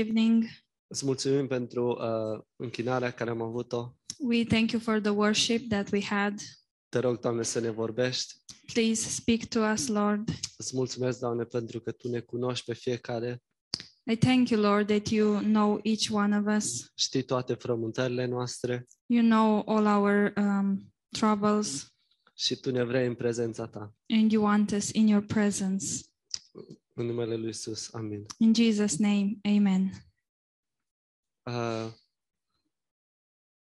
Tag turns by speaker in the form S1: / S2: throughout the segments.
S1: evening.
S2: Îți mulțumim pentru uh, închinarea care am avut-o.
S1: We thank you for the worship that we had.
S2: Te rog, Doamne, să ne vorbești.
S1: Please speak to us, Lord.
S2: Îți mulțumesc, Doamne, pentru că Tu ne cunoști pe fiecare,
S1: I thank you, Lord, that you know each one of us.
S2: știi toate frământările noastre
S1: You know all our um, troubles,
S2: și Tu ne vrei în prezența Ta.
S1: and you want us in your presence.
S2: În numele Lui Isus. Amin.
S1: In Jesus' name, amen.
S2: Uh,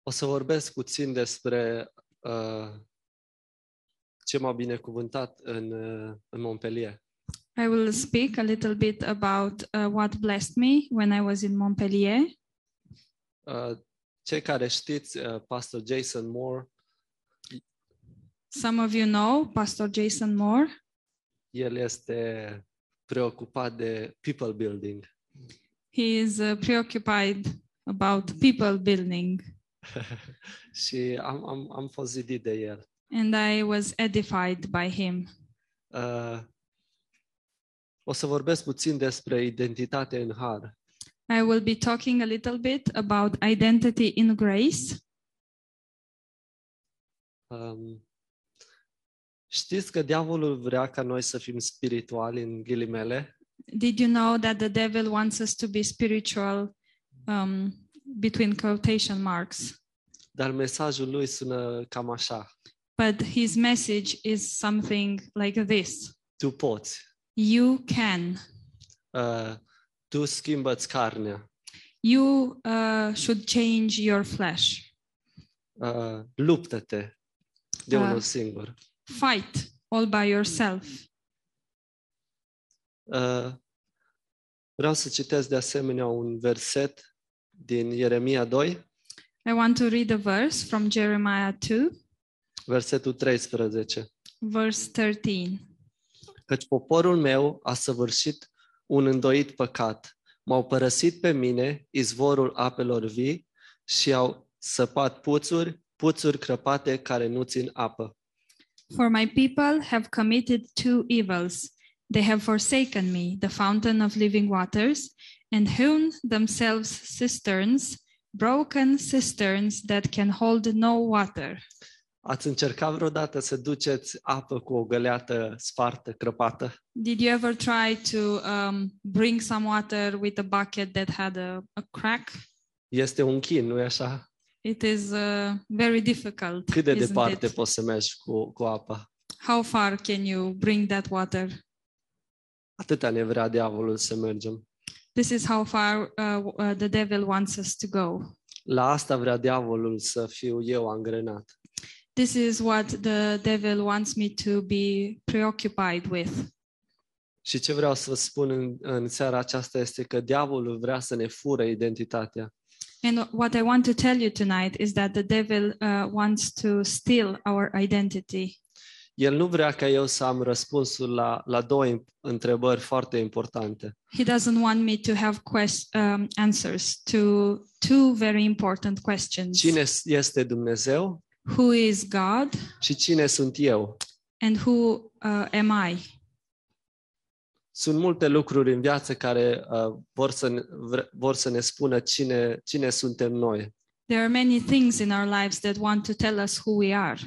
S2: o să vorbesc puțin despre uh, ce m-a binecuvântat în, uh, în Montpellier.
S1: I will speak a little bit about uh, what blessed me when I was in Montpellier.
S2: Uh, cei care știți, uh, pastor Jason Moore,
S1: Some of you know Pastor Jason Moore.
S2: el este preocupat de people building.
S1: He is uh, preoccupied about people building,
S2: și am, am, am fost zidit de el.
S1: and I was edified by him.
S2: Uh, o să vorbesc puțin despre identitate în har.
S1: I will be talking a little bit about identity in grace.
S2: Um, știți că diavolul vrea ca noi să fim spirituali în ghilimele,
S1: Did you know that the devil wants us to be spiritual um, between quotation marks?
S2: dar mesajul lui sună cam așa.
S1: But his message is something like this
S2: Tu poți,
S1: You can.
S2: uh, tu schimbă-ți carnea,
S1: You uh, should change your flesh.
S2: uh, luptă-te de
S1: Da.
S2: unul singur.
S1: Fight all by yourself.
S2: Uh, vreau să citesc de asemenea un verset din Ieremia 2,
S1: I want to read a verse from Jeremiah 2,
S2: versetul 13.
S1: verse 13.
S2: căci poporul meu a săvârșit un îndoit păcat. M-au părăsit pe mine izvorul apelor vii și au săpat puțuri, puțuri crăpate care nu țin apă.
S1: For my people have committed two evils. They have forsaken me, the fountain of living waters, and hewn themselves cisterns, broken cisterns that can hold no water.
S2: Ați încercat vreodată să duceți apă cu o găleată spartă, crăpată?
S1: Did you ever try to um, bring some water with a bucket that had a, a crack?
S2: Este un chin, nu-i așa?
S1: It is uh, very difficult.
S2: Cât de
S1: isn't
S2: departe
S1: it?
S2: poți să mergi cu, cu apa?
S1: How far can you bring that water?
S2: Atâta ne vrea diavolul să mergem.
S1: This is how far uh, w- uh, the devil wants us to go.
S2: La asta vrea diavolul să fiu eu angrenat.
S1: this is what the devil wants me to be preoccupied with.
S2: Și ce vreau să vă spun în, în seara aceasta este că diavolul vrea să ne fură identitatea.
S1: And what I want to tell you tonight is that the devil uh, wants to steal our identity.
S2: El nu vrea ca eu să am răspunsul la, la două im- întrebări foarte importante.
S1: He doesn't want me to have quest- um, answers to two very important questions
S2: Cine s- este Dumnezeu
S1: Who is God
S2: și cine sunt eu?
S1: and who uh, am I?
S2: Sunt multe lucruri în viață care uh, vor, să ne, vre, vor să ne spună cine, cine suntem noi.
S1: There are many things in our lives that want to tell us who we are.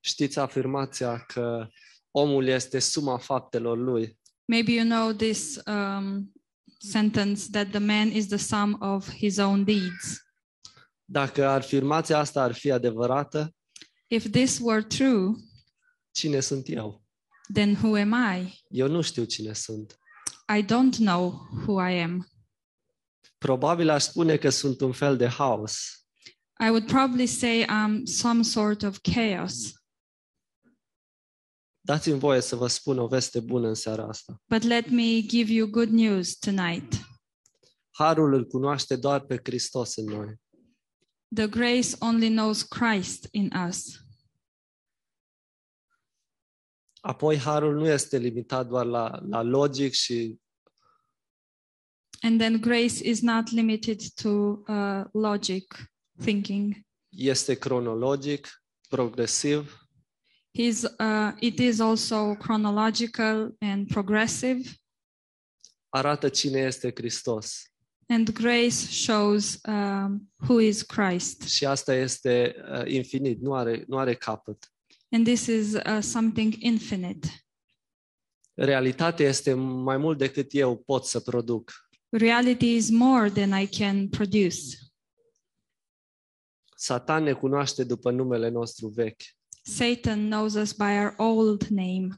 S2: Știți afirmația că omul este suma faptelor lui.
S1: Maybe you know this um, sentence that the man is the sum of his own deeds.
S2: Dacă afirmația asta ar fi adevărată,
S1: If this were true,
S2: cine sunt eu?
S1: then who am I?
S2: Eu nu știu cine sunt.
S1: I don't know who I am.
S2: Probabil aș spune că sunt un fel de haos.
S1: I would probably say I'm some sort of chaos.
S2: Dați-mi voie să vă spun o veste bună în seara asta.
S1: But let me give you good news tonight.
S2: Harul îl cunoaște doar pe Hristos în noi.
S1: The grace only knows Christ in us.
S2: Apoi, harul nu este limitat doar la, la logic și
S1: And then grace is not limited to uh, logic thinking.
S2: este cronologic, progresiv,
S1: He's, uh, it is also chronological and progressive.
S2: arată cine este Hristos.
S1: and grace shows um, who is Christ.
S2: Și asta este uh, infinit, nu are, nu are capăt.
S1: And this is uh, something infinite.
S2: Realitatea este mai mult decât eu pot să produc.
S1: Reality is more than I can produce.
S2: Satan ne cunoaște după numele nostru vechi,
S1: Satan knows us by our old name,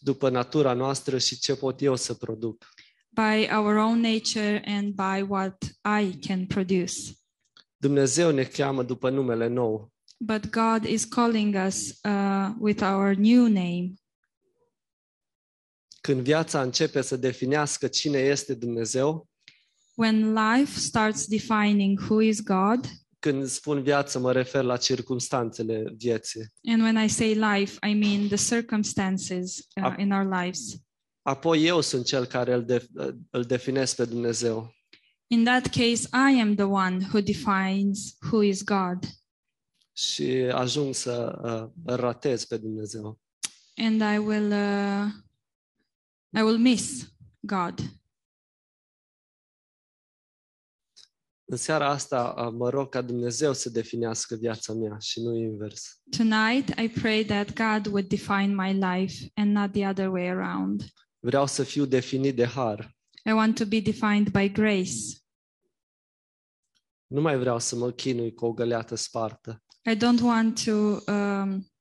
S2: după natura noastră și ce pot eu să produc.
S1: by our own nature, and by what I can produce.
S2: Dumnezeu ne cheamă după numele nou.
S1: But God is calling us uh, with our new name.
S2: Când viața începe să definească cine este Dumnezeu,
S1: When life starts defining who is God,
S2: când spun viață mă refer la circumstanțele vieții.
S1: and when I say life, I mean the circumstances uh,
S2: Ap-
S1: in our lives.
S2: Apoi eu sunt cel care îl, de, îl definesc pe Dumnezeu.
S1: In that case, I am the one who defines who is God,
S2: și ajung să uh, îl ratez pe Dumnezeu.
S1: and I will, uh, I will miss God.
S2: În seara asta uh, mă rog ca Dumnezeu să definească viața mea și nu invers.
S1: Tonight, I pray that God would define my life and not the other way around.
S2: Vreau să fiu definit de har.
S1: I want to be defined by grace.
S2: Nu mai vreau să mă chinui cu o găleată spartă.
S1: I don't want to um,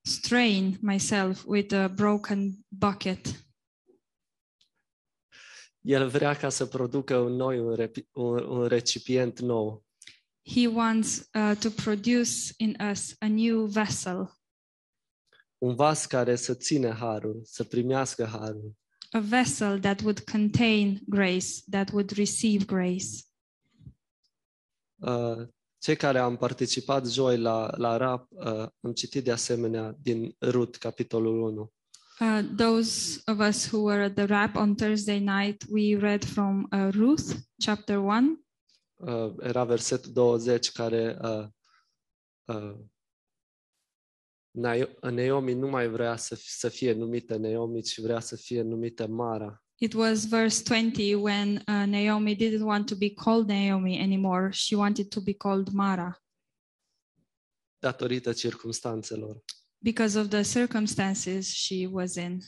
S1: strain myself with a broken bucket.
S2: El vrea ca să producă în noi un, repi- un, un recipient nou.
S1: He wants uh, to produce in us a new vessel,
S2: Un vas care să țină harul, să primească harul.
S1: a vessel that would contain grace, that would receive grace.
S2: Uh, Cei care am participat joi la, la RAP uh, am citit de asemenea din Rut, capitolul 1.
S1: Uh, those of us who were at the wrap on Thursday night, we read from uh, Ruth chapter 1,
S2: uh, era versetul 20 care uh, uh, Naio- Naomi nu mai vrea să, f- să fie numită Naomi, ci vrea să fie numită Mara.
S1: It was verse 20 when uh, Naomi didn't want to be called Naomi anymore. She wanted to be called Mara
S2: datorită circumstanțelor.
S1: because of the circumstances she was in.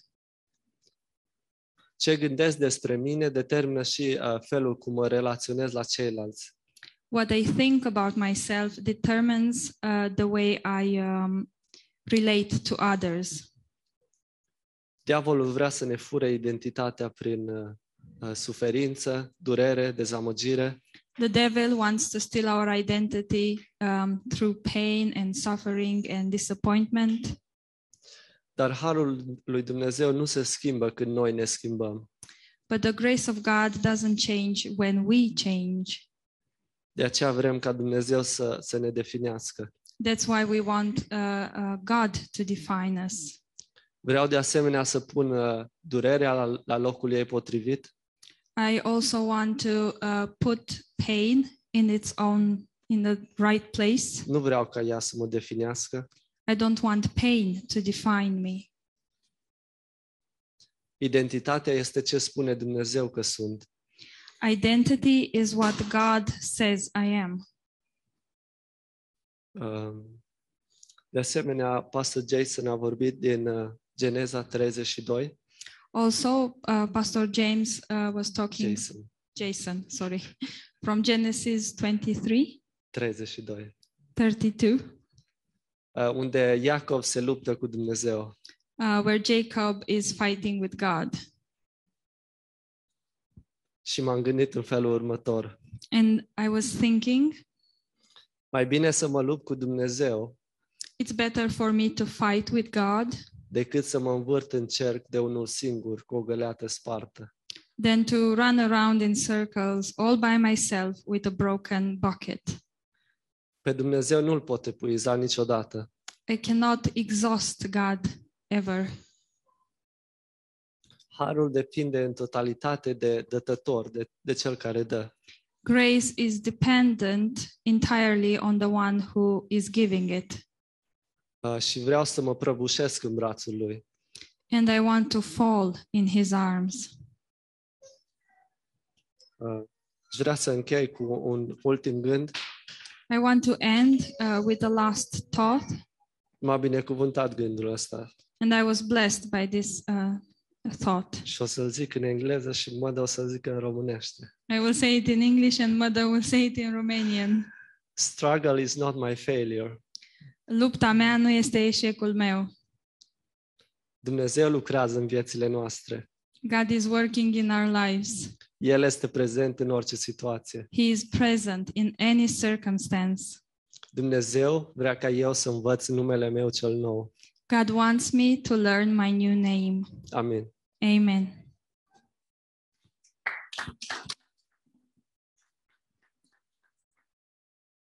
S2: Ce gândesc despre mine determină și uh, felul cum mă relaționez la ceilalți.
S1: What I think about myself determines uh, the way I um, relate to others.
S2: Diavolul vrea să ne fure identitatea prin uh, uh, suferință, durere, dezamăgire,
S1: The devil wants to steal our identity um, through pain and suffering and disappointment.
S2: dar harul lui Dumnezeu nu se schimbă când noi ne schimbăm.
S1: But the grace of God doesn't change when we change.
S2: De aceea vrem ca Dumnezeu să, să ne definească.
S1: That's why we want uh, uh, God to define us.
S2: Vreau de asemenea să pun uh, durerea la, la locul ei potrivit,
S1: I also want to uh, put pain in its own in the right place.
S2: nu vreau ca ea să mă definească.
S1: I don't want pain to define me.
S2: Identitatea este ce spune Dumnezeu că sunt.
S1: Identity is what God says I am.
S2: Uh, De asemenea, Pastor Jason a vorbit din uh, Geneza 32.
S1: Also, uh, Pastor James uh, was talking
S2: Jason,
S1: Jason, sorry, from Genesis 23,
S2: 32.
S1: 32,
S2: uh, Unde Iacov se luptă cu Dumnezeu.
S1: uh, where Jacob is fighting with God.
S2: Și m-am gândit în felul următor.
S1: And I was thinking,
S2: Mai bine să mă lupt cu Dumnezeu
S1: it's better for me to fight with God
S2: decât să mă învârt în cerc de unul singur cu o găleată spartă.
S1: than to run around in circles all by myself with a broken bucket.
S2: Pe Dumnezeu nu-l pot epuiza niciodată.
S1: I cannot exhaust God ever.
S2: Harul depinde în totalitate de dătător, de, de cel care dă.
S1: Grace is dependent entirely on the one who is giving it.
S2: Uh, și vreau să mă prăbușesc în brațul lui.
S1: And I want to fall in his arms.
S2: Uh, Aș vrea să închei cu un ultim gând.
S1: I want to end uh, with the last thought,
S2: M-a binecuvântat gândul ăsta
S1: and I was blessed by this uh, thought.
S2: și o să-l zic în engleză și mă o să-l zic în românește.
S1: I will say it in English, and Mother will say it in Romanian.
S2: Struggle is not my failure.
S1: Lupta mea nu este eșecul meu.
S2: Dumnezeu lucrează în viețile noastre.
S1: God is working in our lives.
S2: El este prezent în orice situație.
S1: He is present in any circumstance.
S2: Dumnezeu vrea ca eu să învăț numele meu cel nou.
S1: God wants me to learn my new name.
S2: Amin.
S1: Amen.